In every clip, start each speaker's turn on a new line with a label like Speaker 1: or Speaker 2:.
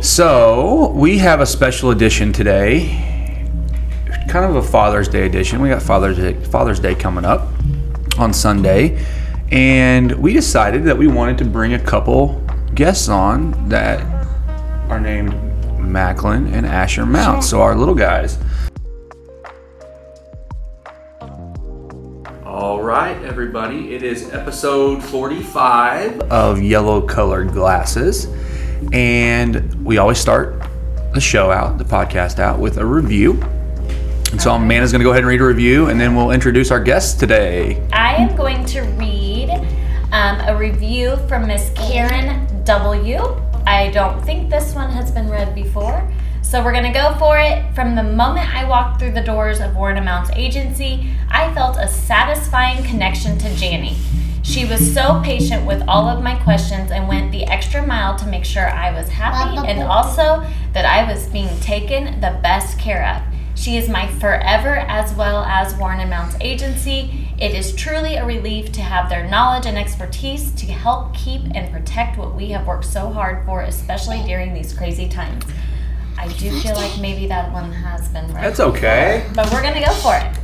Speaker 1: So we have a special edition today, kind of a Father's Day edition. We got Father's Day, Father's Day coming up on Sunday, and we decided that we wanted to bring a couple guests on that are named Macklin and Asher Mount. So our little guys. All right, everybody. It is episode 45 of Yellow Colored Glasses. And we always start the show out, the podcast out, with a review. And so Amanda's going to go ahead and read a review, and then we'll introduce our guests today.
Speaker 2: I am going to read um, a review from Miss Karen W. I don't think this one has been read before. So we're going to go for it. From the moment I walked through the doors of Warren Amounts Agency, I felt a satisfying connection to Jannie. She was so patient with all of my questions and went the extra mile to make sure I was happy and also that I was being taken the best care of. She is my forever as well as Warren and Mounts agency. It is truly a relief to have their knowledge and expertise to help keep and protect what we have worked so hard for, especially during these crazy times. I do feel like maybe that one has been read,
Speaker 1: That's okay.
Speaker 2: but we're gonna go for it.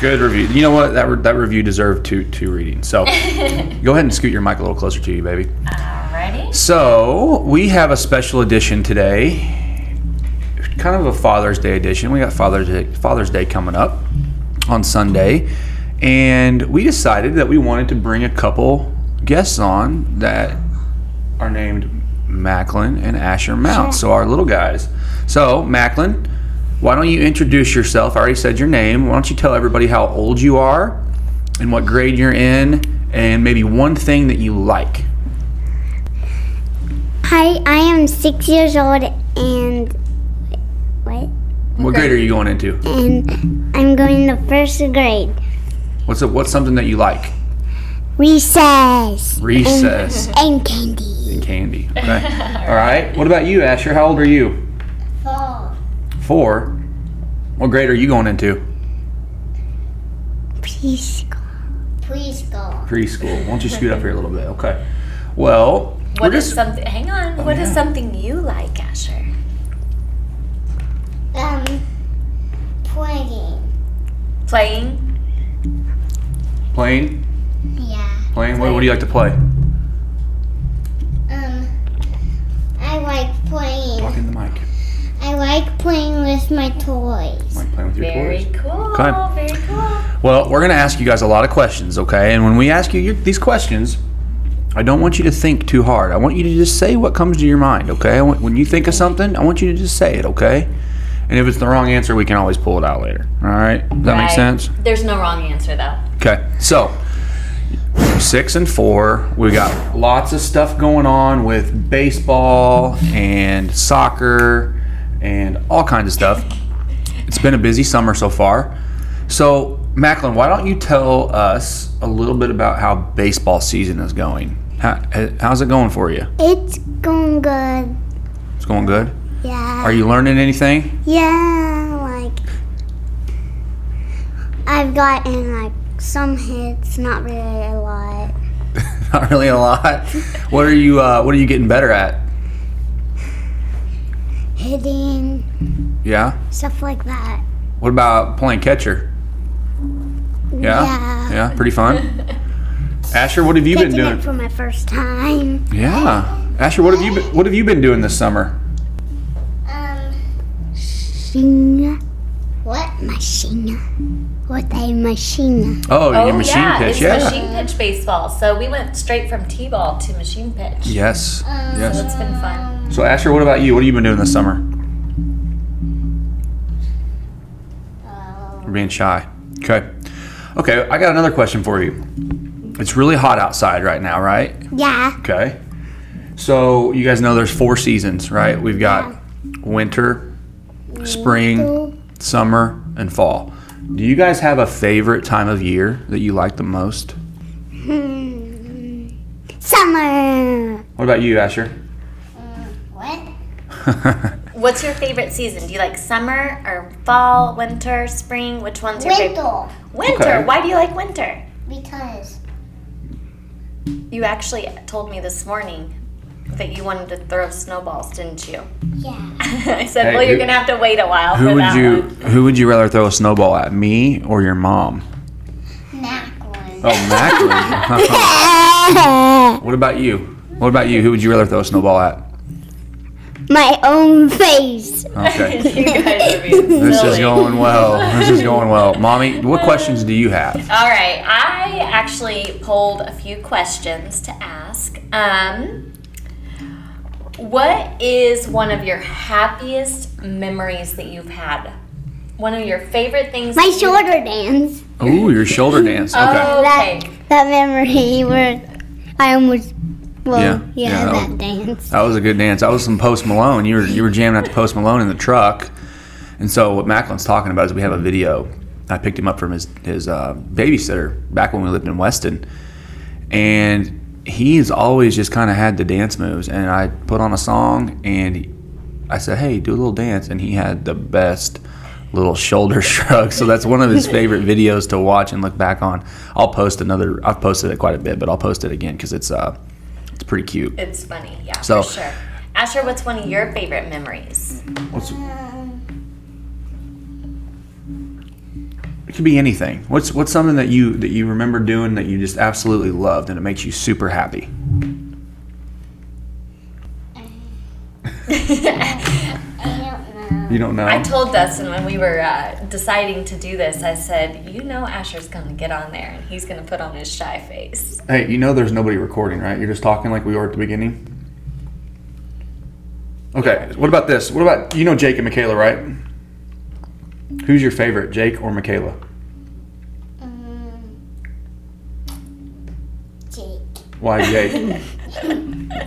Speaker 1: Good review. You know what? That, re- that review deserved two, two readings. So go ahead and scoot your mic a little closer to you, baby.
Speaker 2: Alrighty.
Speaker 1: So we have a special edition today, kind of a Father's Day edition. We got Father's Day, Father's Day coming up on Sunday, and we decided that we wanted to bring a couple guests on that are named Macklin and Asher Mount. So our little guys. So Macklin, why don't you introduce yourself? I already said your name. Why don't you tell everybody how old you are and what grade you're in, and maybe one thing that you like.
Speaker 3: Hi, I am six years old and what?
Speaker 1: What grade are you going into?
Speaker 3: And I'm going to first grade.
Speaker 1: What's a, what's something that you like?
Speaker 3: Recess
Speaker 1: Recess
Speaker 3: and candy.
Speaker 1: and candy. Okay. All right. What about you, Asher? How old are you?
Speaker 3: Four.
Speaker 1: Four. What grade are you going into?
Speaker 3: Preschool. Preschool.
Speaker 1: Preschool. Why don't you scoot up here a little bit? Okay. Well, we're
Speaker 2: What is
Speaker 1: just- Oh,
Speaker 2: something? Hang on. What is
Speaker 1: yeah.
Speaker 2: something you like, Asher?
Speaker 3: Um, playing.
Speaker 2: Playing.
Speaker 1: playing?
Speaker 3: Yeah.
Speaker 1: Playing? What, what do you like to play?
Speaker 3: Um, I like playing.
Speaker 1: Talk in the mic.
Speaker 3: I like playing with my toys.
Speaker 1: Like playing with your
Speaker 2: Very
Speaker 1: toys.
Speaker 2: cool.
Speaker 1: Okay.
Speaker 2: Very cool.
Speaker 1: Well, we're going to ask you guys a lot of questions, okay? And when we ask you your, these questions, I don't want you to think too hard. I want you to just say what comes to your mind, okay? I want, when you think of something, I want you to just say it, okay? And if it's the wrong answer, we can always pull it out later. All right? Does that make
Speaker 2: Right.
Speaker 1: sense?
Speaker 2: There's no wrong answer though.
Speaker 1: Okay. So, six and four, we got lots of stuff going on with baseball and soccer and all kinds of stuff. It's been a busy summer so far. So, Macklin, why don't you tell us a little bit about how baseball season is going? How, how's it going for you?
Speaker 3: It's going good.
Speaker 1: It's going good.
Speaker 3: Yeah.
Speaker 1: Are you learning anything?
Speaker 3: Yeah, like I've gotten like some hits, not really a lot.
Speaker 1: Not really a lot. What are you uh, What are you getting better at?
Speaker 3: Hitting,
Speaker 1: Yeah.
Speaker 3: stuff like that.
Speaker 1: What about playing catcher? Yeah.
Speaker 3: Yeah.
Speaker 1: Yeah, pretty fun. Asher, what have you been
Speaker 3: Taking it
Speaker 1: doing?
Speaker 3: for my first time.
Speaker 1: Yeah. Asher, what have you been, what have you been doing this summer?
Speaker 3: Um Machine. What machine? What a machine.
Speaker 1: Oh, your machine
Speaker 2: yeah,
Speaker 1: pitch.
Speaker 2: it's
Speaker 1: Yeah.
Speaker 2: machine pitch baseball. So we went straight from t-ball to machine pitch.
Speaker 1: Yes.
Speaker 2: So
Speaker 1: yes.
Speaker 2: it's been fun.
Speaker 1: So Asher, what about you? What have you been doing this summer?
Speaker 2: Uh,
Speaker 1: We're being shy. Okay. Okay, I got another question for you. It's really hot outside right now, right?
Speaker 3: Yeah.
Speaker 1: Okay. So you guys know there's four seasons, right? We've got winter, spring, summer, and fall. Do you guys have a favorite time of year that you like the most?
Speaker 3: Summer.
Speaker 1: What about you, Asher?
Speaker 3: What?
Speaker 2: What's your favorite season? Do you like summer or fall, winter, spring? Which one's your favorite? Winter.
Speaker 1: Okay.
Speaker 2: Why do you like winter?
Speaker 3: Because
Speaker 2: You actually told me this morning that you wanted to throw snowballs, didn't you?
Speaker 3: Yeah.
Speaker 2: I said,
Speaker 1: Hey,
Speaker 2: well, you're
Speaker 1: who-
Speaker 2: gonna have to wait a while
Speaker 1: Who
Speaker 2: for
Speaker 1: would
Speaker 2: that
Speaker 1: you
Speaker 2: one.
Speaker 1: Who would you rather throw a snowball at, me or your mom?
Speaker 3: Macklin.
Speaker 1: Oh, Macklin. what about you? What about you? Who would you rather throw a snowball at?
Speaker 3: My own face.
Speaker 1: Okay,
Speaker 2: you guys are being silly.
Speaker 1: this is going well. This is going well, mommy. What questions do you have?
Speaker 2: All right, I actually polled a few questions to ask. Um, what is one of your happiest memories that you've had? One of your favorite things?
Speaker 3: My
Speaker 2: that you-
Speaker 3: shoulder dance.
Speaker 1: Ooh, your shoulder dance. Okay.
Speaker 2: Okay.
Speaker 3: That memory where I almost. Well,
Speaker 1: Yeah,
Speaker 3: yeah,
Speaker 1: yeah, that
Speaker 3: that dance.
Speaker 1: That was a good dance. That was some Post Malone. You were you were jamming out to Post Malone in the truck. And so what Macklin's talking about is we have a video. I picked him up from his his uh, babysitter back when we lived in Weston, and he's always just kind of had the dance moves. And I put on a song and I said, "Hey, do a little dance," and he had the best little shoulder shrug. So that's one of his favorite videos to watch and look back on. I'll post another. I've posted it quite a bit, but I'll post it again because it's uh it's pretty cute.
Speaker 2: It's funny, yeah,
Speaker 1: So-
Speaker 2: for sure. Asher, what's one of your favorite memories?
Speaker 1: What's It could be anything. What's what's something that you that you remember doing that you just absolutely loved and it makes you super happy?
Speaker 3: I don't know.
Speaker 1: You don't know.
Speaker 2: I told Dustin when we were uh, deciding to do this, I said, you know, Asher's gonna get on there and he's gonna put on his shy face.
Speaker 1: hey, you know there's nobody recording, right? You're just talking like we were at the beginning. Okay. What about this? What about you know Jake and Michaela, right? Who's your favorite, Jake or Michaela?
Speaker 3: Um, Jake.
Speaker 1: Why Jake?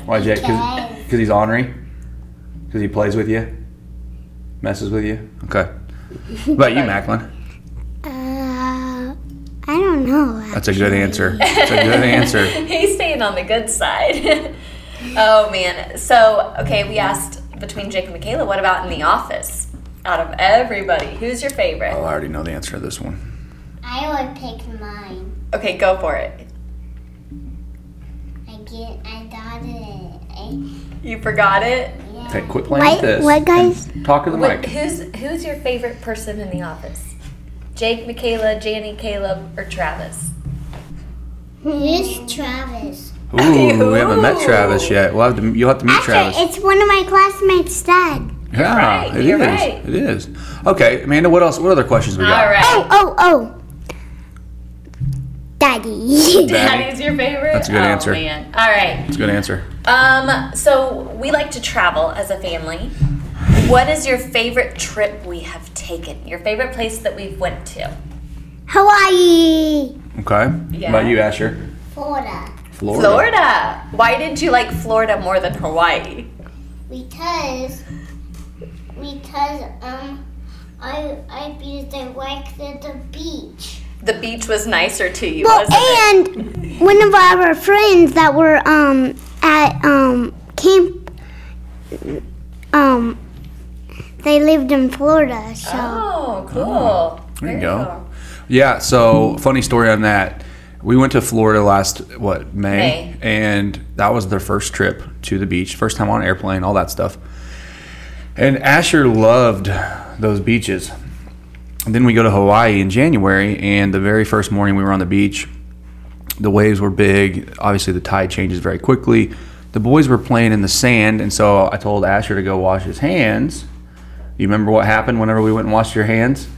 Speaker 1: Why Jake? Because
Speaker 3: Because-
Speaker 1: he's ornery. Because he plays with you, messes with you. Okay. What about you, Macklin?
Speaker 3: Uh, I don't know.
Speaker 1: That's a good answer. That's a good answer.
Speaker 2: He's staying on the good side. oh man. So, okay, we asked between Jake and Michaela, what about in the office? Out of everybody, who's your favorite?
Speaker 1: Oh, I already know the answer to this one.
Speaker 3: I would pick mine.
Speaker 2: Okay, go for it.
Speaker 3: I get. I got it. I,
Speaker 2: You forgot it?
Speaker 1: Hey, quit playing
Speaker 3: What-
Speaker 1: with this.
Speaker 3: what, guys?
Speaker 1: and Talk to the
Speaker 2: What,
Speaker 1: mic.
Speaker 2: who's who's your favorite person in the office? Jake, Michaela, Janny, Caleb, or Travis?
Speaker 3: Who's Travis?
Speaker 1: Ooh, we haven't met Travis yet. We'll have to, you'll have to meet Travis.
Speaker 3: It's one of my classmates' dad.
Speaker 1: yeah,
Speaker 2: right,
Speaker 1: it
Speaker 2: you're
Speaker 1: is.
Speaker 2: right.
Speaker 1: It is. Okay, Amanda. What else? What other questions we got?
Speaker 2: All right.
Speaker 3: Oh, oh, oh. Daddy.
Speaker 2: Daddy's your favorite?
Speaker 1: That's a good
Speaker 2: oh,
Speaker 1: answer.
Speaker 2: Man. All right.
Speaker 1: That's a good answer.
Speaker 2: Um, so we like to travel as a family. What is your favorite trip we have taken? Your favorite place that we've went to?
Speaker 3: Hawaii.
Speaker 1: Okay. What about you, Asher?
Speaker 3: Florida.
Speaker 1: Florida.
Speaker 2: Florida. Why did you like Florida more than Hawaii?
Speaker 3: Because, because, um, I, I, because I liked at the beach.
Speaker 2: The beach was nicer to you,
Speaker 3: Well, eh.
Speaker 2: wasn't it?
Speaker 3: and one of our friends that were, um, at, um, camp, um, they lived in Florida, so.
Speaker 2: Oh, cool.
Speaker 1: There you
Speaker 2: Very
Speaker 1: go.
Speaker 2: cool.
Speaker 1: Yeah. So funny story on that. We went to Florida last what
Speaker 2: May.
Speaker 1: May, and that was their first trip to the beach, first time on an airplane, all that stuff. And Asher loved those beaches. And then we go to Hawaii in January, and the very first morning we were on the beach, the waves were big. Obviously, the tide changes very quickly. The boys were playing in the sand, and so I told Asher to go wash his hands. You remember what happened whenever we went and washed your hands?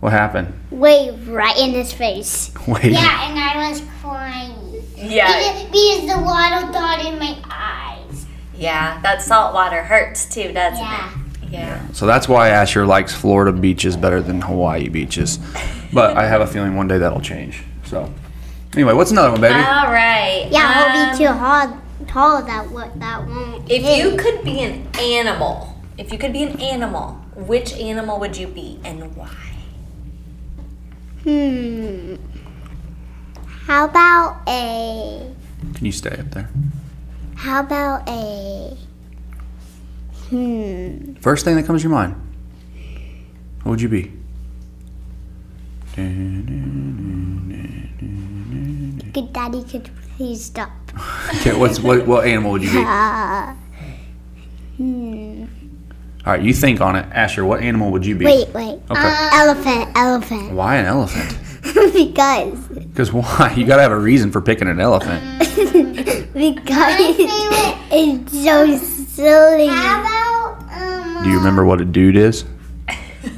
Speaker 1: What happened?
Speaker 3: Wave right in his face.
Speaker 1: Wait.
Speaker 4: Yeah, and I was crying.
Speaker 2: Yeah.
Speaker 4: Because, because the water got in my eyes.
Speaker 2: Yeah. That salt water hurts too, doesn't
Speaker 4: Yeah.
Speaker 2: it? Yeah.
Speaker 1: So that's why Asher likes Florida beaches better than Hawaii beaches. But I have a feeling one day that'll change. So anyway, what's another one, baby?
Speaker 2: All right.
Speaker 3: Yeah, it'll
Speaker 2: um,
Speaker 3: be too hard, tall that what that won't.
Speaker 2: If you could be an animal, if you could be an animal, which animal would you be and why?
Speaker 3: Hmm. How about a?
Speaker 1: Can you stay up there?
Speaker 3: How about a? Hmm.
Speaker 1: First thing that comes to your mind. What would you be?
Speaker 3: Good daddy, could you please stop.
Speaker 1: Okay, what's what? What animal would you be? All
Speaker 3: Uh, hmm.
Speaker 1: right, you think on it, Asher. What animal would you be?
Speaker 3: Wait, wait. Uh,
Speaker 1: Okay.
Speaker 3: Elephant, elephant.
Speaker 1: why an elephant?
Speaker 3: because,
Speaker 1: Because why? You gotta have a reason for picking an elephant.
Speaker 3: because
Speaker 4: favorite-
Speaker 3: it's so silly.
Speaker 4: How about um?
Speaker 1: Do you remember what a dude is?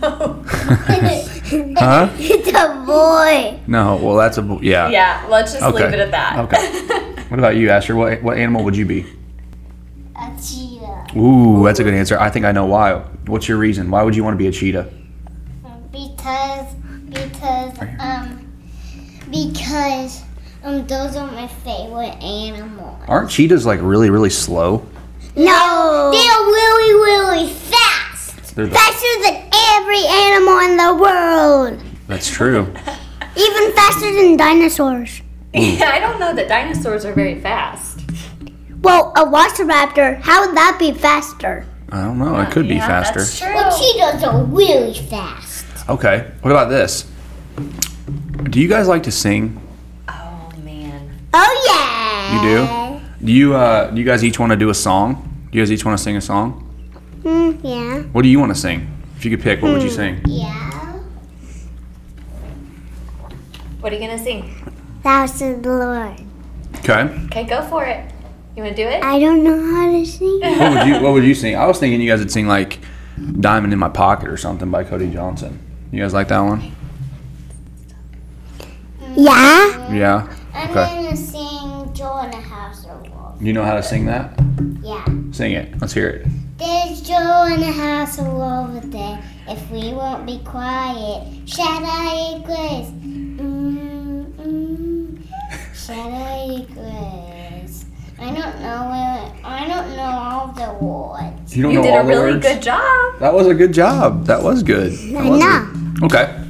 Speaker 1: huh?
Speaker 3: It's a boy.
Speaker 1: No. Well, that's a bo- yeah.
Speaker 2: Yeah, let's just
Speaker 1: Okay.
Speaker 2: leave it at that.
Speaker 1: Okay. What about you, Asher? What what animal would you be?
Speaker 4: A cheetah.
Speaker 1: Ooh, that's a good answer. I think I know why. What's your reason? Why would you want to be a cheetah?
Speaker 4: Because because um because um those are my favorite animals.
Speaker 1: Aren't cheetahs like really really slow?
Speaker 3: No.
Speaker 4: They are really really fast.
Speaker 1: They're the,
Speaker 3: faster than every animal in the world.
Speaker 1: that's true.
Speaker 3: Even faster than dinosaurs.
Speaker 2: Yeah, I don't know that dinosaurs are very fast.
Speaker 3: Well, a velociraptor, how would that be faster?
Speaker 1: I don't know. It could be
Speaker 2: Yeah,
Speaker 1: faster.
Speaker 2: That's true.
Speaker 4: Well, cheetahs are really fast.
Speaker 1: Okay. What about this? Do you guys like to sing?
Speaker 2: oh man.
Speaker 3: Oh, yeah.
Speaker 1: You do? Do you uh do you guys each want to do a song? Do you guys each want to sing a song?
Speaker 3: Mm, yeah.
Speaker 1: What do you want to sing? If you could pick, what would you
Speaker 2: Hmm.
Speaker 1: sing?
Speaker 4: Yeah.
Speaker 2: What are you gonna sing?
Speaker 3: Thou said the Lord.
Speaker 1: Okay.
Speaker 2: Okay, go for it. You wanna do it?
Speaker 3: I don't know how to sing.
Speaker 1: What would you what would you sing? I was thinking you guys would sing like Diamond in My Pocket or something by Cody Johnson. You guys like that one?
Speaker 3: Yeah?
Speaker 1: Yeah.
Speaker 4: I'm
Speaker 1: Okay.
Speaker 4: gonna sing Joe in the House of Wolves.
Speaker 1: You know how to sing that?
Speaker 4: Yeah.
Speaker 1: Sing it. Let's hear it.
Speaker 4: There's Joe in the house of over there. If we won't be quiet, shout out your grace. mm mm. Shout out your grace. I don't know where. I don't know all the words.
Speaker 1: You don't
Speaker 2: You
Speaker 1: know
Speaker 2: did
Speaker 1: all
Speaker 2: a
Speaker 1: the
Speaker 2: really
Speaker 1: words.
Speaker 2: good job.
Speaker 1: That was a good job. That was good. That was
Speaker 3: know.
Speaker 1: good. Okay.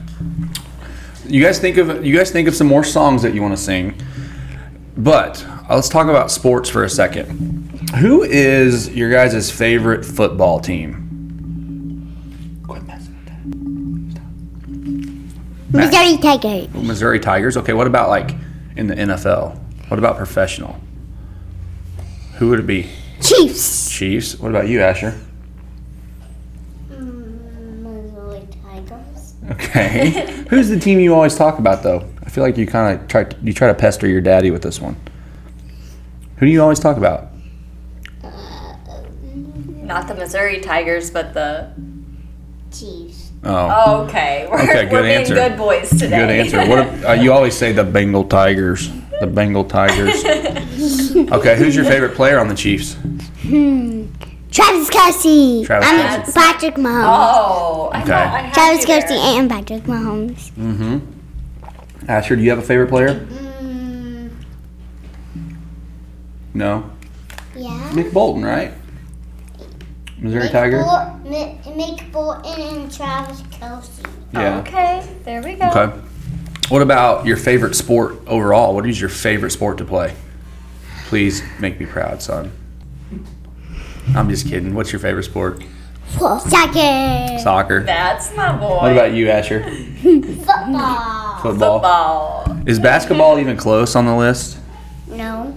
Speaker 1: You guys think of you guys think of some more songs that you want to sing. But uh, let's talk about sports for a second. Who is your guys' favorite football team? Quit messing with that.
Speaker 3: Missouri Tigers.
Speaker 1: Missouri Tigers. Okay, what about like in the NFL? What about professional? Who would it be?
Speaker 3: Chiefs.
Speaker 1: Chiefs. What about you, Asher?
Speaker 4: Mm, Missouri Tigers.
Speaker 1: Okay. Who's the team you always talk about though? I feel like you kind of try you try to pester your daddy with this one. Who do you always talk about?
Speaker 2: Not the Missouri Tigers, but the
Speaker 4: Chiefs.
Speaker 1: Oh,
Speaker 2: Okay. We're,
Speaker 1: Okay, good
Speaker 2: we're being
Speaker 1: answer.
Speaker 2: good boys today.
Speaker 1: good answer. What if- uh, you always say the Bengal Tigers, the Bengal Tigers. Okay, who's your favorite player on the Chiefs?
Speaker 3: Travis Kelsey.
Speaker 1: Travis
Speaker 3: I'm
Speaker 1: Kelce.
Speaker 3: Patrick Mahomes.
Speaker 2: Oh, I
Speaker 1: Okay.
Speaker 2: know. I had
Speaker 3: Travis
Speaker 2: you there.
Speaker 3: Kelsey and Patrick Mahomes.
Speaker 1: Mm-hmm. Asher, do you have a favorite player?
Speaker 4: Mm,
Speaker 1: No.
Speaker 4: yeah.
Speaker 1: Nick Bolton, right? Missouri
Speaker 4: Mick
Speaker 1: Tiger.
Speaker 4: Bol- Mi- Mick Bolton and Travis Kelsey.
Speaker 1: Yeah.
Speaker 2: Okay, there we go.
Speaker 1: Okay. What about your favorite sport overall? What is your favorite sport to play? Please make me proud, son. I'm just kidding. What's your favorite sport?
Speaker 3: Soccer.
Speaker 1: Soccer.
Speaker 2: That's my boy.
Speaker 1: What about you, Asher?
Speaker 4: Football.
Speaker 1: Football.
Speaker 2: football?
Speaker 1: Is basketball even close on the list?
Speaker 4: No.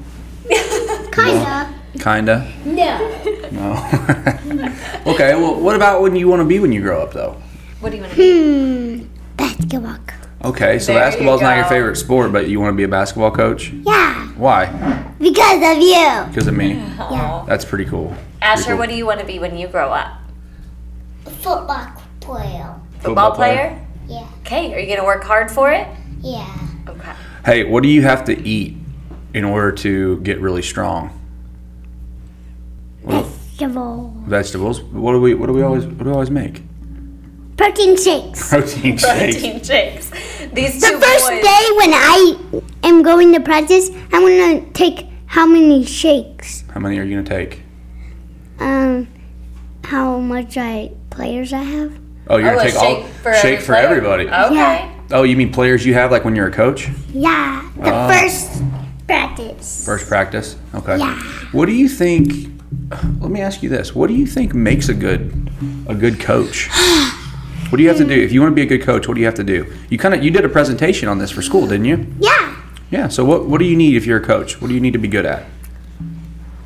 Speaker 3: Kinda.
Speaker 1: Kinda.
Speaker 4: No.
Speaker 1: No. okay. Well, what about when you want to be when you grow up, though?
Speaker 2: What do you want to be?
Speaker 3: Hmm. Basketball.
Speaker 1: Okay. So
Speaker 2: There you
Speaker 1: basketball's not your
Speaker 2: go.
Speaker 1: favorite sport, but you want to be a basketball coach?
Speaker 3: Yeah.
Speaker 1: Why?
Speaker 3: Because of you.
Speaker 1: Because of me.
Speaker 2: Aw.
Speaker 1: That's pretty cool.
Speaker 2: Asher, what do you want to be when you grow up?
Speaker 4: Football player.
Speaker 2: Football, player?
Speaker 4: Yeah.
Speaker 2: Okay, are you going to work hard for it?
Speaker 4: Yeah.
Speaker 2: Okay.
Speaker 1: Hey, what do you have to eat in order to get really strong? What,
Speaker 3: Vegetable.
Speaker 1: vegetables. What do we? What do we always? What do we always make?
Speaker 3: Protein shakes.
Speaker 1: Protein shakes.
Speaker 2: Protein shakes. These
Speaker 3: The
Speaker 2: two
Speaker 3: first
Speaker 2: boys.
Speaker 3: day when I am going to practice, I'm going to take how many shakes?
Speaker 1: How many are you gonna take?
Speaker 3: Um, how much I players I have?
Speaker 1: Oh, you're
Speaker 2: Oh, a
Speaker 1: gonna take all
Speaker 2: shake for
Speaker 1: shake
Speaker 2: every
Speaker 1: for
Speaker 2: player.
Speaker 1: everybody.
Speaker 2: Okay.
Speaker 3: Yeah.
Speaker 1: Oh, you mean players you have like when you're a coach?
Speaker 3: Yeah, the
Speaker 1: Ah.
Speaker 3: first practice.
Speaker 1: First practice. Okay.
Speaker 3: Yeah.
Speaker 1: What do you think? Let me ask you this. What do you think makes a good a good coach? What do you have to do if you want to be a good coach? What do you have to do? You kind of you did a presentation on this for school, didn't you?
Speaker 3: Yeah,
Speaker 1: Yeah. So what what do you need if you're a coach? What do you need to be good at?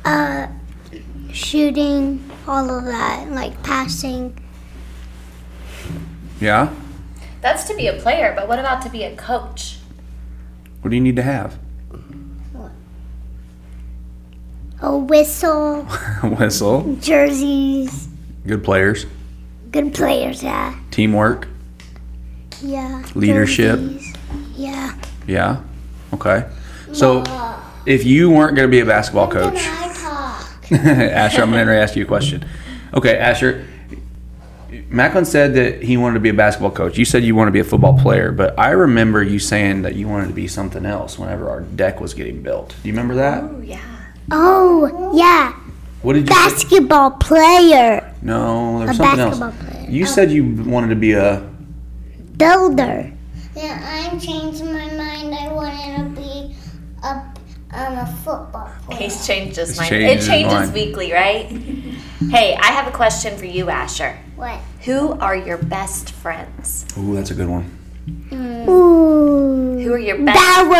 Speaker 3: Uh, shooting, all of that, like passing.
Speaker 1: Yeah.
Speaker 2: That's to be a player, but what about to be a coach?
Speaker 1: What do you need to have?
Speaker 3: A whistle,
Speaker 1: Whistle.
Speaker 3: jerseys,
Speaker 1: Good players.
Speaker 3: good players, yeah.
Speaker 1: Teamwork.
Speaker 3: Yeah.
Speaker 1: Leadership.
Speaker 3: jerseys, Yeah.
Speaker 1: Yeah. Okay. So if you weren't going to be a basketball coach,
Speaker 4: I talk.
Speaker 1: Asher, I'm going to ask you a question. Okay, Asher. Macklin said that he wanted to be a basketball coach. You said you want to be a football player, but I remember you saying that you wanted to be something else whenever our deck was getting built. Do you remember that?
Speaker 2: Oh yeah.
Speaker 3: Oh, yeah.
Speaker 1: What did you say?
Speaker 3: Basketball player,
Speaker 1: No, there was
Speaker 3: A
Speaker 1: something else.
Speaker 3: basketball player.
Speaker 1: You said you wanted to be a.
Speaker 3: builder.
Speaker 4: Now I'm changing my mind. I want to be a um, a football player.
Speaker 2: He's changed his
Speaker 1: He's
Speaker 2: mind.
Speaker 1: changed his
Speaker 2: it changes
Speaker 1: mind.
Speaker 2: weekly, right? hey, I have a question for you, Asher.
Speaker 4: What?
Speaker 2: Who are your best friends?
Speaker 1: Ooh, that's a good one.
Speaker 3: Ooh.
Speaker 2: Who are your best
Speaker 3: Bower.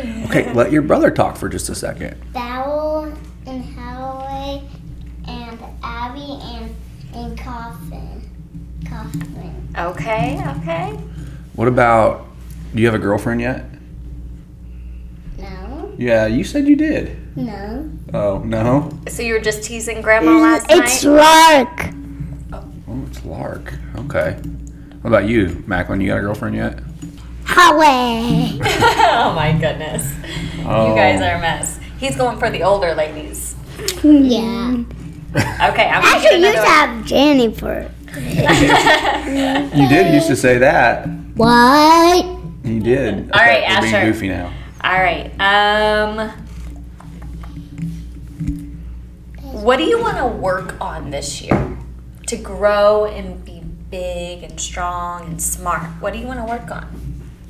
Speaker 1: Hey, okay, let your brother talk for just a second.
Speaker 4: Bowel and Holloway and Abby and and Coffin. Coffin.
Speaker 2: Okay, okay.
Speaker 1: What about? Do you have a girlfriend yet?
Speaker 4: No.
Speaker 1: Yeah, you said you did.
Speaker 4: No.
Speaker 1: Oh no.
Speaker 2: So you were just teasing grandma last
Speaker 3: It's
Speaker 2: night?
Speaker 3: Lark.
Speaker 1: Oh, it's Lark. Okay. What about you, Macklin? You got a girlfriend yet?
Speaker 3: Highway.
Speaker 2: oh my goodness.
Speaker 1: Oh.
Speaker 2: You guys are a mess. He's going for the older ladies.
Speaker 4: Yeah.
Speaker 2: Okay, I'm gonna get
Speaker 3: Actually, you
Speaker 2: another one.
Speaker 3: have Jennifer.
Speaker 1: Oh, You did used to say that.
Speaker 3: What?
Speaker 1: You did.
Speaker 2: All right,
Speaker 1: we're being
Speaker 2: Asher.
Speaker 1: goofy now.
Speaker 2: All right. Um, what do you want to work on this year to grow and be big and strong and smart? What do you want to work on?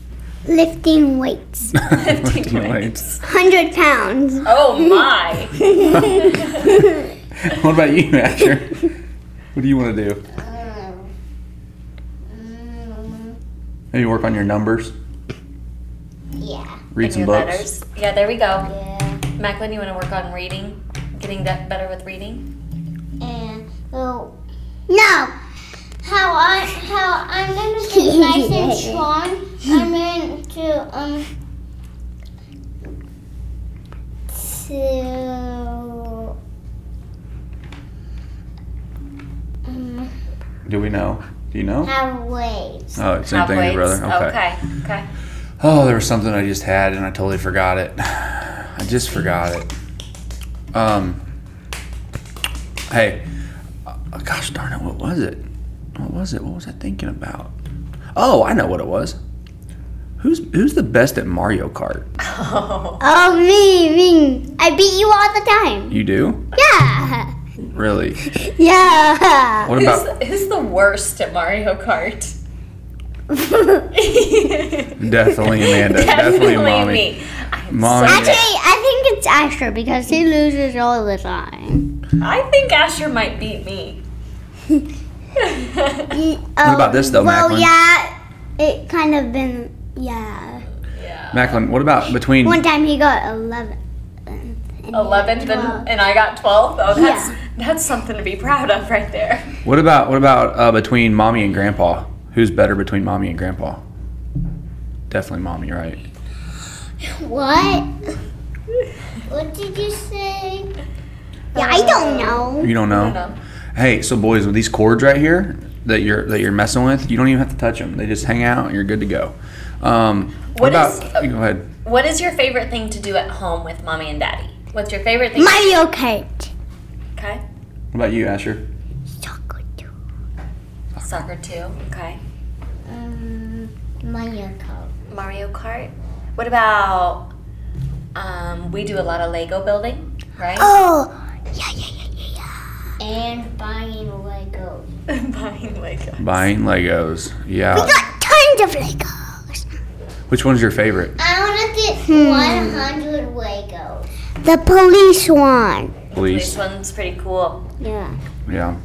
Speaker 3: Lifting weights.
Speaker 1: Lifting
Speaker 2: weights.
Speaker 3: 100 pounds.
Speaker 2: Oh my!
Speaker 1: weights. What about you, Asher? What do you want to do?
Speaker 4: Um, mm,
Speaker 1: Maybe work on your numbers,
Speaker 4: yeah.
Speaker 1: read
Speaker 2: And
Speaker 1: some
Speaker 2: your
Speaker 1: books.
Speaker 2: letters. Yeah, there we go.
Speaker 4: Yeah.
Speaker 2: Macklin, you want to work on reading, getting that better with reading.
Speaker 4: And oh, well,
Speaker 3: No.
Speaker 4: how I how I'm gonna be nice and strong. I'm going to um to um,
Speaker 1: Do we know? Do you know?
Speaker 4: have waves.
Speaker 1: Oh, same
Speaker 2: Have
Speaker 1: thing as your
Speaker 2: weights.
Speaker 1: brother. Okay.
Speaker 2: Okay. Okay.
Speaker 1: Oh, there was something I just had and I totally forgot it. I just forgot it. Um. Hey, uh, gosh darn it! What was it? What was it? What was I thinking about? Oh, I know what it was. Who's who's the best at Mario Kart?
Speaker 3: Oh, me, me. I beat you all the time.
Speaker 1: You do?
Speaker 3: Yeah.
Speaker 1: Really?
Speaker 3: Yeah.
Speaker 1: What about
Speaker 2: Who's, who's the worst at Mario Kart?
Speaker 1: definitely Amanda? definitely mommy.
Speaker 2: me. I'm
Speaker 1: Mommy.
Speaker 2: so
Speaker 3: Actually, I think it's Asher because he loses all the time.
Speaker 2: I think Asher might beat me.
Speaker 3: What
Speaker 1: about this,
Speaker 4: oh,
Speaker 1: though,
Speaker 3: Well,
Speaker 1: Macklin?
Speaker 3: yeah, it kind of been yeah.
Speaker 1: Macklin, what about between?
Speaker 3: One time he got eleven.
Speaker 2: Eleventh and, and I got twelfth. Oh, that's that's something to be proud of right there.
Speaker 1: What about what about uh, between mommy and grandpa? Who's better between mommy and grandpa? Definitely mommy, right?
Speaker 4: What? What did you say?
Speaker 3: Yeah, I don't know.
Speaker 1: You don't know.
Speaker 2: know.
Speaker 1: Hey, so boys, with these cords right here that you're that you're messing with, you don't even have to touch them. They just hang out, and you're good to go. Um,
Speaker 2: What
Speaker 1: what, about?
Speaker 2: is-
Speaker 1: go ahead.
Speaker 2: What is your favorite thing to do at home with mommy and daddy? What's your favorite thing?
Speaker 3: Mario Kart.
Speaker 2: okay,
Speaker 1: What about you, Asher?
Speaker 3: Chocolate.
Speaker 2: soccer too. Okay,
Speaker 4: Um, Mario Kart.
Speaker 2: Mario Kart. What about? Um, we do a lot of Lego building, right?
Speaker 3: Oh, yeah, yeah, yeah, yeah, yeah.
Speaker 4: And buying Legos.
Speaker 2: Buying Lego.
Speaker 1: Buying Legos. Yeah.
Speaker 3: We got tons of Legos.
Speaker 1: Which one's your favorite?
Speaker 4: I want to get 100 Legos.
Speaker 3: The police one.
Speaker 1: Police.
Speaker 2: This one's pretty cool.
Speaker 3: Yeah.
Speaker 1: Yeah.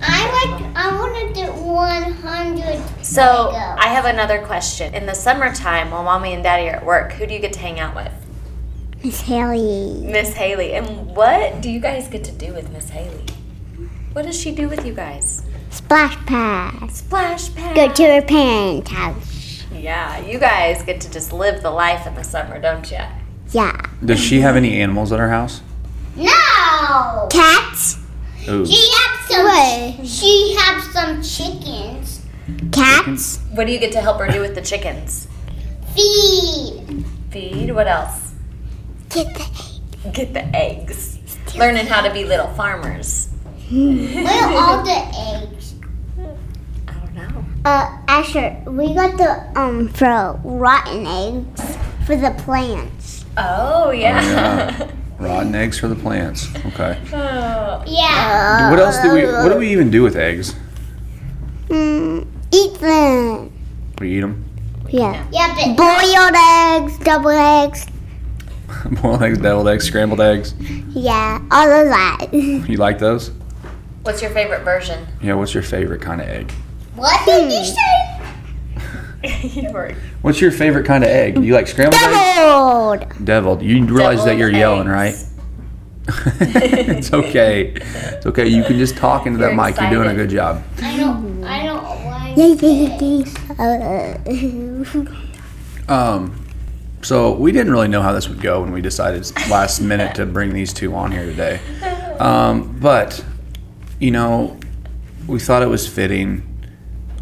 Speaker 4: I like. I want to do 100.
Speaker 2: So
Speaker 4: go.
Speaker 2: I have another question. In the summertime, while mommy and daddy are at work, who do you get to hang out with?
Speaker 3: Miss Haley.
Speaker 2: Miss Haley. And what do you guys get to do with Miss Haley? What does she do with you guys?
Speaker 3: Splash pad.
Speaker 2: Splash pad.
Speaker 3: Go to her parents' house.
Speaker 2: Yeah, you guys get to just live the life in the summer, don't you?
Speaker 3: Yeah.
Speaker 1: Does she have any animals at her house?
Speaker 4: No.
Speaker 3: Cats.
Speaker 1: Ooh.
Speaker 4: She had some.
Speaker 3: What?
Speaker 4: She had some chickens.
Speaker 3: Cats.
Speaker 2: What do you get to help her do with the chickens?
Speaker 4: Feed.
Speaker 2: Feed. What else?
Speaker 3: Get the
Speaker 2: Get the eggs. Learning how to be little farmers.
Speaker 4: Where are all the eggs?
Speaker 2: I don't know.
Speaker 3: uh Asher, we got the um for rotten eggs for the plants.
Speaker 2: Oh yeah.
Speaker 1: Rotten eggs for the plants. Okay.
Speaker 2: Oh,
Speaker 4: Yeah.
Speaker 3: Uh,
Speaker 1: What else do we? What do we even do with eggs?
Speaker 3: Mm, eat them.
Speaker 1: We eat them.
Speaker 3: Yeah.
Speaker 4: Yeah, but
Speaker 3: Boiled eggs, double eggs.
Speaker 1: Boiled eggs, deviled eggs, scrambled eggs.
Speaker 3: Yeah, all of that.
Speaker 1: You like those?
Speaker 2: What's your favorite version?
Speaker 1: Yeah. What's your favorite kind of egg?
Speaker 4: what did you say?
Speaker 2: you were
Speaker 1: What's your favorite kind of egg? You like scrambled eggs?
Speaker 3: Doubled.
Speaker 1: Deviled. You realize that
Speaker 2: deviled
Speaker 1: you're yelling, right?
Speaker 2: eggs.
Speaker 1: it's okay. It's okay. You can just talk into that
Speaker 2: You're
Speaker 1: mic. You're doing a
Speaker 2: excited.
Speaker 1: good job.
Speaker 4: I don't. I don't like.
Speaker 3: Yay, yay, yay. Uh,
Speaker 1: Um, so we didn't really know how this would go when we decided last minute to bring these two on here today. Um, but you know, we thought it was fitting.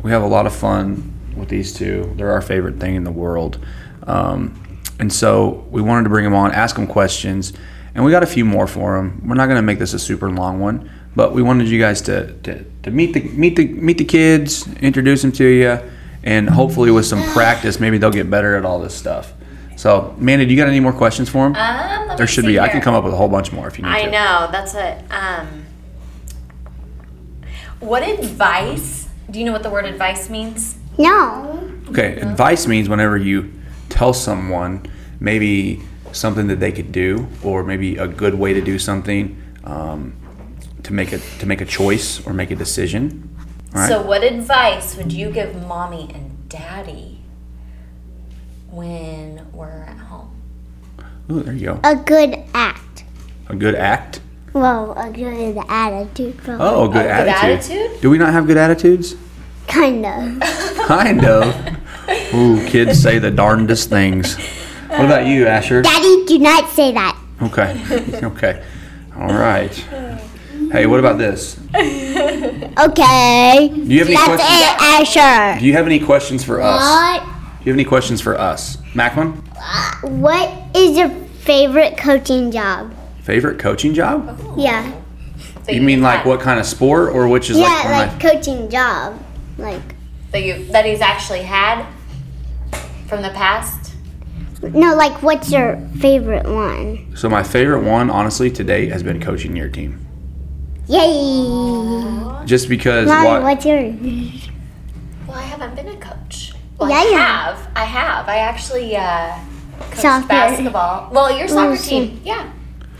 Speaker 1: We have a lot of fun with these two. They're our favorite thing in the world. Um, and so we wanted to bring them on, ask them questions, and we got a few more for them. We're not going to make this a super long one, but we wanted you guys to, to, to meet the meet the meet the kids, introduce them to you, and hopefully with some practice, maybe they'll get better at all this stuff. So, Mandy, do you got any more questions for them?
Speaker 2: Um,
Speaker 1: there should be. I can come up with a whole bunch more if you need
Speaker 2: I
Speaker 1: to.
Speaker 2: know. That's what. Um, what advice? Do you know what the word advice means?
Speaker 3: no.
Speaker 1: Okay, advice means whenever you tell someone maybe something that they could do, or maybe a good way to do something um, to make a to make a choice or make a decision. All right.
Speaker 2: So, what advice would you give mommy and daddy when we're at home?
Speaker 1: Ooh, there you go.
Speaker 3: A good act.
Speaker 1: A good act.
Speaker 3: Well, a good attitude. probably.
Speaker 1: Oh, a good,
Speaker 2: good
Speaker 1: attitude.
Speaker 2: attitude?
Speaker 1: Do we not have good attitudes?
Speaker 3: Kind of.
Speaker 1: Kind of. Ooh, kids say the darndest things. What about you, Asher?
Speaker 3: Daddy, do not say that.
Speaker 1: Okay. Okay. All right. Hey, what about this?
Speaker 3: Okay.
Speaker 1: Do you have any
Speaker 3: That's
Speaker 1: questions?
Speaker 3: it, Asher.
Speaker 1: Do you have any questions for us?
Speaker 3: What,
Speaker 1: Do you have any questions for us? Macklin?
Speaker 3: what is your favorite coaching job?
Speaker 1: Favorite coaching job?
Speaker 3: Yeah.
Speaker 2: So
Speaker 1: You mean like what kind of sport or which is
Speaker 3: Yeah,
Speaker 1: like, one of
Speaker 3: like,
Speaker 1: my-
Speaker 3: coaching job. Like,
Speaker 2: that you that he's actually had from the past?
Speaker 3: no, like, what's your favorite one?
Speaker 1: so my favorite one honestly to date has been coaching your team.
Speaker 3: Yay.
Speaker 1: Just because
Speaker 3: Mommy,
Speaker 1: what-
Speaker 3: what's yours?
Speaker 2: Well, I haven't been a coach. Well,
Speaker 3: Yeah,
Speaker 2: I
Speaker 3: you-
Speaker 2: have. I have. I actually uh, coached
Speaker 3: Soccer.
Speaker 2: basketball. Well, your
Speaker 3: Well,
Speaker 2: soccer team.
Speaker 3: see.
Speaker 2: Yeah.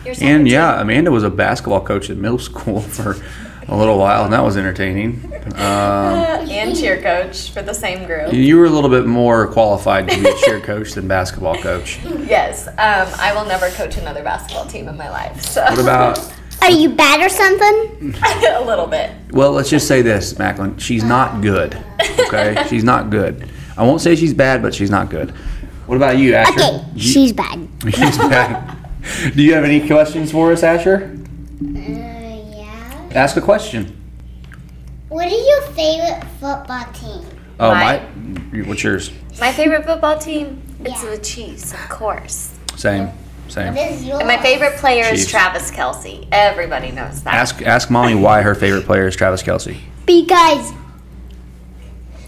Speaker 2: Your soccer
Speaker 1: and
Speaker 2: team.
Speaker 1: yeah, Amanda was a basketball coach at middle school for a little while and that was entertaining. Um,
Speaker 2: and cheer coach for the same group.
Speaker 1: you were a little bit more qualified to be a cheer coach than basketball coach.
Speaker 2: Yes, um, I will never coach another basketball team in my life. So
Speaker 1: What about
Speaker 3: Are you bad or something?
Speaker 2: a little bit.
Speaker 1: Well, let's just say this, Macklin. She's not good. Okay, she's not good. I won't say she's bad, but she's not good. What about you, Asher?
Speaker 3: Okay,
Speaker 1: You-
Speaker 3: she's bad.
Speaker 1: she's bad. Do you have any questions for us, Asher?
Speaker 4: Uh, yeah.
Speaker 1: Ask a question.
Speaker 4: What is your favorite football team?
Speaker 1: Oh,
Speaker 2: My-
Speaker 1: my. What's yours?
Speaker 2: My favorite football team? It's
Speaker 4: Yeah.
Speaker 2: the Chiefs, of course.
Speaker 1: Same. Same.
Speaker 4: What is yours?
Speaker 2: And my favorite player is
Speaker 1: Chiefs.
Speaker 2: Travis Kelsey. Everybody knows that.
Speaker 1: Ask Ask mommy why her favorite player is Travis Kelsey.
Speaker 3: Because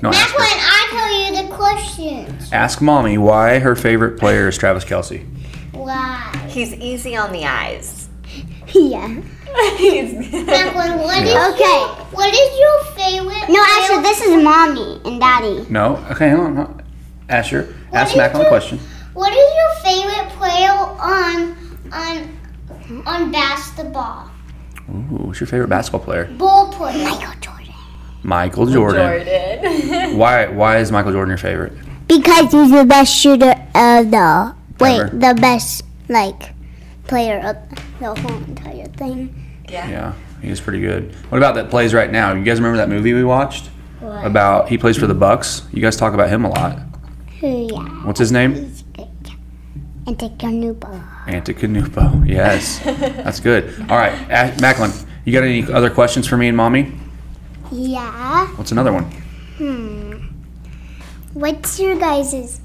Speaker 1: No,
Speaker 4: That's
Speaker 1: ask
Speaker 4: when
Speaker 1: her.
Speaker 4: I tell you the questions.
Speaker 1: Ask mommy why her favorite player is Travis Kelsey.
Speaker 4: Why?
Speaker 2: He's easy on the eyes.
Speaker 3: yeah.
Speaker 2: He's
Speaker 4: Franklin, what is
Speaker 3: Okay.
Speaker 4: your, what is your favorite?
Speaker 3: No, Asher, this is mommy and daddy.
Speaker 1: No. Okay, hold on. hold on. Asher, ask
Speaker 4: do you
Speaker 1: Macklin a
Speaker 4: do?
Speaker 1: question.
Speaker 4: What is your favorite player on on on basketball?
Speaker 1: Ooh, who's your favorite basketball player?
Speaker 4: Ball player.
Speaker 3: Michael Jordan.
Speaker 1: Michael Jordan.
Speaker 2: Jordan.
Speaker 1: Why? Why is Michael Jordan your favorite?
Speaker 3: Because he's the best shooter of the wait,
Speaker 1: Ever.
Speaker 3: the best like player of the whole entire thing.
Speaker 1: Yeah, he was pretty good. What about that plays right now? You guys remember that movie we watched
Speaker 4: What?
Speaker 1: about he plays for the Bucks? You guys talk about him a lot.
Speaker 3: Who yeah.
Speaker 1: What's his name?
Speaker 3: He's good. yeah. And take your new ball.
Speaker 1: Antetokounmpo. Yes, that's good. All right, A- Macklin, you got any other questions for me and mommy?
Speaker 3: Yeah.
Speaker 1: What's another one?
Speaker 3: Hmm. What's your guys'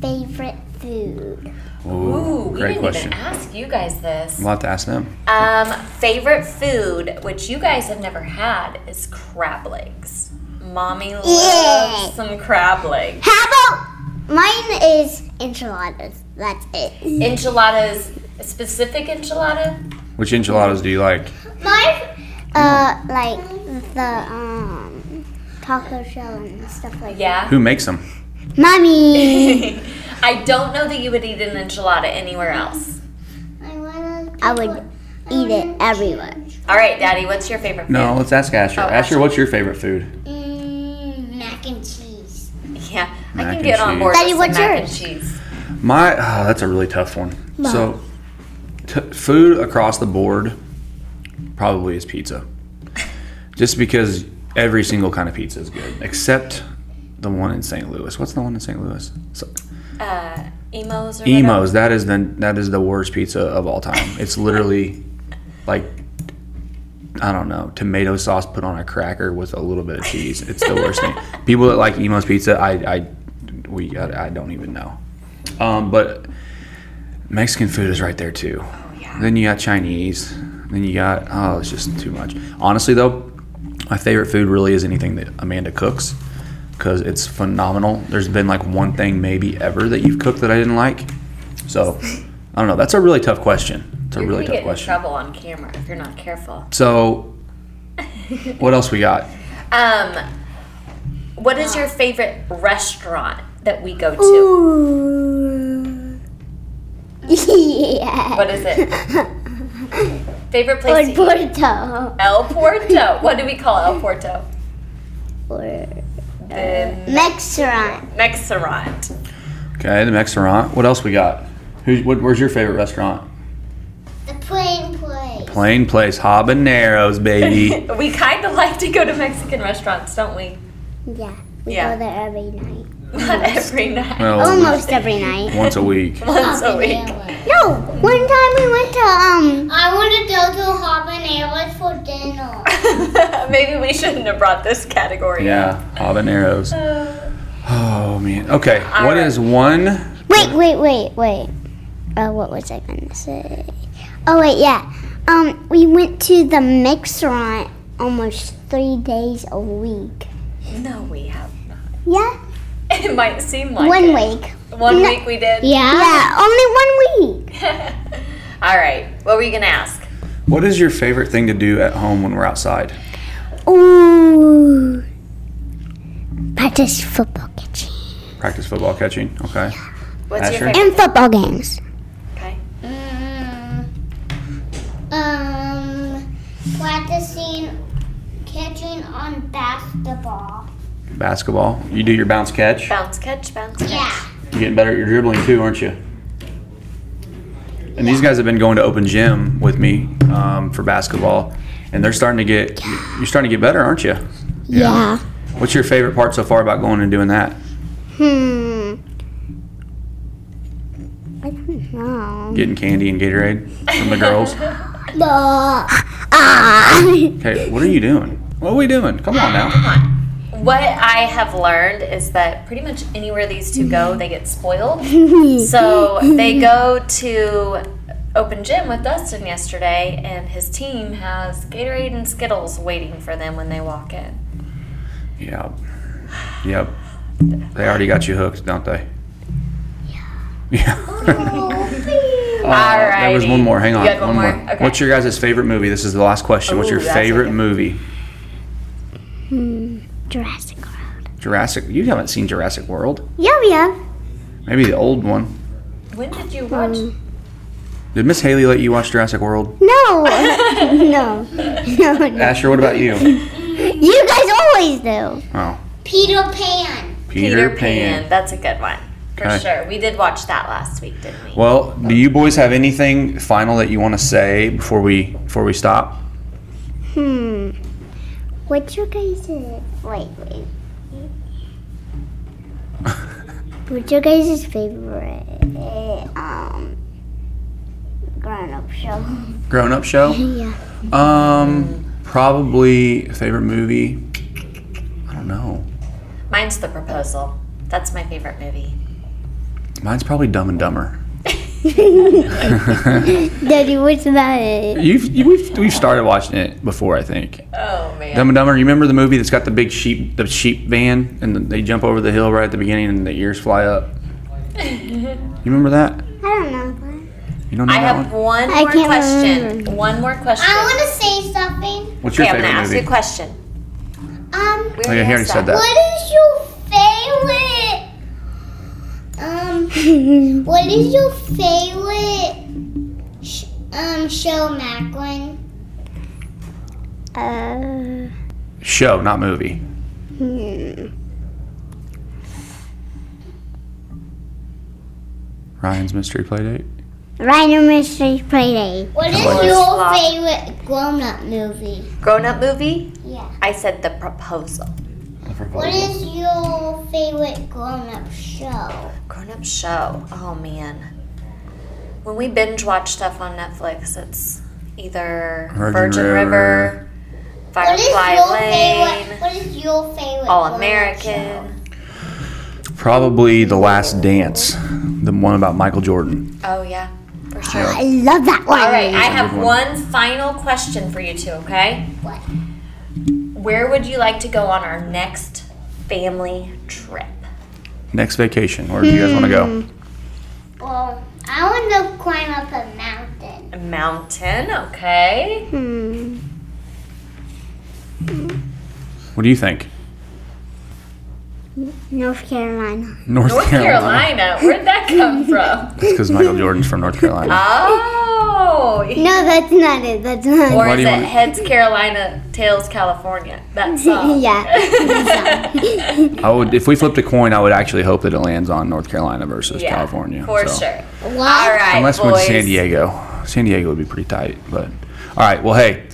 Speaker 3: favorite food?
Speaker 1: Ooh,
Speaker 2: Ooh, we
Speaker 1: great
Speaker 2: didn't
Speaker 1: question.
Speaker 2: even ask you guys this.
Speaker 1: I'll have to ask them.
Speaker 2: Um, favorite food, which you guys have never had, is crab legs. Mommy loves
Speaker 3: Yeah.
Speaker 2: some crab legs.
Speaker 3: How about mine is enchiladas. That's it.
Speaker 2: Enchiladas, a specific enchilada?
Speaker 1: Which enchiladas do you like?
Speaker 3: Mine uh like the um taco shell and stuff like
Speaker 2: Yeah.
Speaker 1: Who makes them?
Speaker 3: that. Mommy
Speaker 2: I don't know that you would eat an enchilada anywhere else.
Speaker 4: I want
Speaker 3: I would eat it everywhere.
Speaker 2: All right, Daddy, what's your favorite food?
Speaker 1: No, let's ask Asher.
Speaker 2: Oh,
Speaker 1: Asher,
Speaker 2: Asher.
Speaker 1: what's your favorite food?
Speaker 4: mm, mac and cheese.
Speaker 2: Yeah, I
Speaker 1: Mac
Speaker 2: can
Speaker 1: and
Speaker 2: get on
Speaker 1: cheese.
Speaker 2: board
Speaker 3: Daddy,
Speaker 2: with
Speaker 3: what's
Speaker 2: some mac
Speaker 3: yours?
Speaker 2: and cheese.
Speaker 1: My ah, that's a really tough one. So, t- food across the board probably is pizza, just because every single kind of pizza is good, except the one in St. Louis. What's the one in St. Louis? So,
Speaker 2: Uh, emos or whatever?
Speaker 1: Emo's. That is the that is the worst pizza of all time. It's literally like I don't know tomato sauce put on a cracker with a little bit of cheese. It's the worst thing. People that like Emo's pizza, I I we I, I don't even know. Um, but Mexican food is right there too. Then you got Chinese. Then you got oh, it's just too much. Honestly though, my favorite food really is anything that Amanda cooks because it's phenomenal. There's been like one thing maybe ever that you've cooked that I didn't like. So I don't know. That's a really tough question. It's a
Speaker 2: You're
Speaker 1: really
Speaker 2: gonna
Speaker 1: tough
Speaker 2: get in
Speaker 1: question.
Speaker 2: trouble on camera if you're not careful.
Speaker 1: So what else we got?
Speaker 2: Um, what is your favorite restaurant that we go to?
Speaker 3: Ooh. yeah.
Speaker 2: What is it? Favorite
Speaker 3: Or
Speaker 2: place? to eat?
Speaker 3: Porto.
Speaker 2: El Porto. What do we call El Porto?
Speaker 3: Or
Speaker 2: The
Speaker 3: restaurant.
Speaker 2: Mexerant.
Speaker 1: Okay, the Mexican restaurant. What else we got? Who's what, where's your favorite restaurant?
Speaker 4: The plain place.
Speaker 1: Plain Place Habaneros, baby.
Speaker 2: We kind of like to go to Mexican restaurants, don't we?
Speaker 3: Yeah. We
Speaker 2: Yeah.
Speaker 3: go there every night.
Speaker 2: Not every night.
Speaker 1: Well,
Speaker 3: Almost every night.
Speaker 1: once a week.
Speaker 2: Once a week.
Speaker 4: Habanero.
Speaker 3: No, one time we went to um
Speaker 4: I want to go to habaneros for dinner.
Speaker 2: Maybe we shouldn't have brought this category.
Speaker 1: Yeah, habaneros. Oh man. Okay, what
Speaker 2: right.
Speaker 1: is one?
Speaker 3: wait, wait, wait, wait. Uh, what was I gonna say? Oh wait, yeah. Um we went to the restaurant almost three days a week.
Speaker 2: No, we have.
Speaker 3: Yeah?
Speaker 2: It might seem like
Speaker 3: one
Speaker 2: it.
Speaker 3: week.
Speaker 2: One
Speaker 3: No.
Speaker 2: week we did.
Speaker 3: Yeah. Yeah, only one week.
Speaker 2: All right. What were you gonna ask?
Speaker 1: What is your favorite thing to do at home when we're outside?
Speaker 3: Ooh. Practice football catching.
Speaker 1: Practice football catching. Okay.
Speaker 2: What's
Speaker 1: Asher?
Speaker 2: your favorite?
Speaker 3: And football games.
Speaker 2: Okay.
Speaker 4: Mm, um, practicing catching on basketball.
Speaker 1: Basketball. You do your bounce catch.
Speaker 2: Bounce catch, bounce catch.
Speaker 4: Yeah.
Speaker 1: You're getting better at your dribbling too, aren't you? And these guys have been going to open gym with me um, for basketball, and they're starting to get you're starting to get better, aren't you?
Speaker 3: Yeah.
Speaker 1: What's your favorite part so far about going and doing that?
Speaker 3: Hmm. I don't know.
Speaker 1: Getting candy and Gatorade from the girls.
Speaker 3: Ah.
Speaker 1: Okay, what are you doing? What are we doing? Come on now.
Speaker 2: What I have learned is that pretty much anywhere these two go, they get spoiled. so they go to open gym with Dustin yesterday, and his team has Gatorade and Skittles waiting for them when they walk in.
Speaker 1: Yep. Yep. They already got you hooked, don't they? Yeah.
Speaker 2: All
Speaker 1: Uh,
Speaker 2: right.
Speaker 1: There was one more. Hang on.
Speaker 2: Oh, You had one, more. Okay.
Speaker 1: What's your guys' favorite movie? This is the last question. What's
Speaker 2: Ooh,
Speaker 1: your
Speaker 2: that's
Speaker 1: favorite
Speaker 2: okay.
Speaker 1: movie?
Speaker 3: hmm. Jurassic World.
Speaker 1: Jurassic. You haven't seen Jurassic World.
Speaker 3: Yeah, yeah.
Speaker 1: Maybe the old one.
Speaker 2: When did you watch?
Speaker 1: Did Miss Haley let you watch Jurassic World?
Speaker 3: No, no, no, no.
Speaker 1: Asher, what about you?
Speaker 3: You guys always do.
Speaker 1: Oh,
Speaker 4: Peter Pan.
Speaker 1: Peter, Pan.
Speaker 2: That's a good one. For
Speaker 1: Okay.
Speaker 2: sure. We did watch that last week, didn't we?
Speaker 1: Well, do you boys have anything final that you want to say before we before we stop?
Speaker 3: Hmm. What's your guys' wait wait? What's your guys' favorite um grown up show?
Speaker 1: Grown up show?
Speaker 3: Yeah.
Speaker 1: Um, probably favorite movie. I don't know.
Speaker 2: Mine's The Proposal. That's my favorite movie.
Speaker 1: Mine's probably Dumb and Dumber.
Speaker 3: Daddy, what's that?
Speaker 1: You've you, we've we've started watching it before, I think.
Speaker 2: Oh, man.
Speaker 1: Dumb and Dumber. You remember the movie that's got the big sheep, the sheep van, and they jump over the hill right at the beginning, and the ears fly up. You remember that?
Speaker 3: I don't know.
Speaker 1: You don't know
Speaker 2: I
Speaker 1: that
Speaker 2: have
Speaker 1: one?
Speaker 2: one
Speaker 3: I
Speaker 2: more
Speaker 3: can't
Speaker 2: question.
Speaker 3: remember.
Speaker 2: One more question.
Speaker 4: I want to say something.
Speaker 1: What's your
Speaker 2: okay, I'm
Speaker 1: favorite
Speaker 2: gonna ask
Speaker 1: movie?
Speaker 2: you a question.
Speaker 4: Um,
Speaker 2: We
Speaker 1: Oh, yeah, he already
Speaker 2: asked
Speaker 1: said that.
Speaker 4: what is your favorite? Um, what is your favorite? Sh- um, show Macklin.
Speaker 3: Uh,
Speaker 1: Show, not movie.
Speaker 3: hmm.
Speaker 1: Ryan's Mystery Playdate.
Speaker 3: Rhino Mystery Playdate.
Speaker 4: What is
Speaker 1: Forest
Speaker 4: your
Speaker 2: Lawn.
Speaker 4: favorite grown-up movie?
Speaker 2: Grown up movie?
Speaker 4: Yeah.
Speaker 2: I said The Proposal.
Speaker 4: What is your favorite grown-up show?
Speaker 2: Grown up show. Oh, man. When we binge watch stuff on Netflix, it's either
Speaker 1: Virgin
Speaker 2: Virgin, River,
Speaker 4: What is
Speaker 2: Firefly
Speaker 4: your favorite?
Speaker 2: Lane,
Speaker 4: What is your favorite?
Speaker 2: All
Speaker 4: grown-up show?
Speaker 2: American.
Speaker 1: Probably The Last Dance, the one about Michael Jordan.
Speaker 2: Oh, yeah, for sure.
Speaker 3: I love that one.
Speaker 2: All right, I have
Speaker 1: good
Speaker 2: one final question for you two, okay?
Speaker 4: What?
Speaker 2: Where would you like to go on our next family trip?
Speaker 1: Next vacation. Where do you guys want to go?
Speaker 2: Hmm.
Speaker 4: Well, I want to climb up a mountain.
Speaker 2: A mountain, okay?
Speaker 3: Hmm.
Speaker 1: What do you think?
Speaker 3: North Carolina.
Speaker 1: North,
Speaker 2: North Carolina. Where'd that come from?
Speaker 1: It's because Michael Jordan's from North Carolina.
Speaker 2: Oh.
Speaker 3: No, that's not it. That's not.
Speaker 2: Or
Speaker 1: Why
Speaker 2: is
Speaker 1: do
Speaker 2: it
Speaker 1: you want-
Speaker 2: heads Carolina, tails California? That song.
Speaker 3: Yeah.
Speaker 1: I would, if we flipped a coin, I would actually hope that it lands on North Carolina versus
Speaker 2: Yeah,
Speaker 1: California.
Speaker 2: For
Speaker 1: so.
Speaker 2: sure. All
Speaker 4: What?
Speaker 2: right,
Speaker 1: Unless we
Speaker 2: boys.
Speaker 1: went to San Diego. San Diego would be pretty tight, but all right. Well, hey,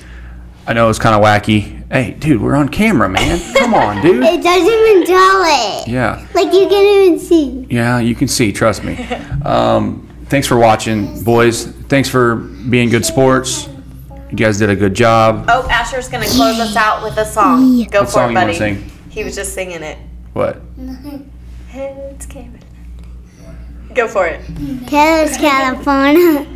Speaker 1: I know it's kind of wacky. Hey, dude, we're on camera, man. Come on, dude.
Speaker 3: it doesn't even tell it.
Speaker 1: Yeah,
Speaker 3: Like you can even see.
Speaker 1: yeah, you can see. Trust me. Um, thanks for watching, boys. Thanks for being good sports. You guys did a good job.
Speaker 2: Oh, Asher's gonna close us out with a song. Go
Speaker 1: What
Speaker 2: for
Speaker 1: song
Speaker 2: it,
Speaker 1: you want
Speaker 2: buddy.
Speaker 1: to sing?
Speaker 2: He was just singing it.
Speaker 1: What?
Speaker 2: Heads Carolina. Go for it.
Speaker 3: Taylor's California.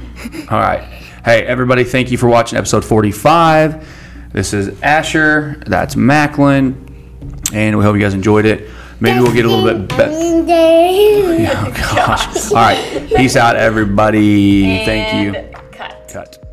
Speaker 1: All right. Hey, everybody, thank you for watching episode 45. This is Asher. That's Macklin. And we hope you guys enjoyed it. Maybe we'll get a little bit better.
Speaker 3: Monday.
Speaker 1: Oh, gosh. All right. Peace out, everybody. Thank you.
Speaker 2: And cut.
Speaker 1: Cut.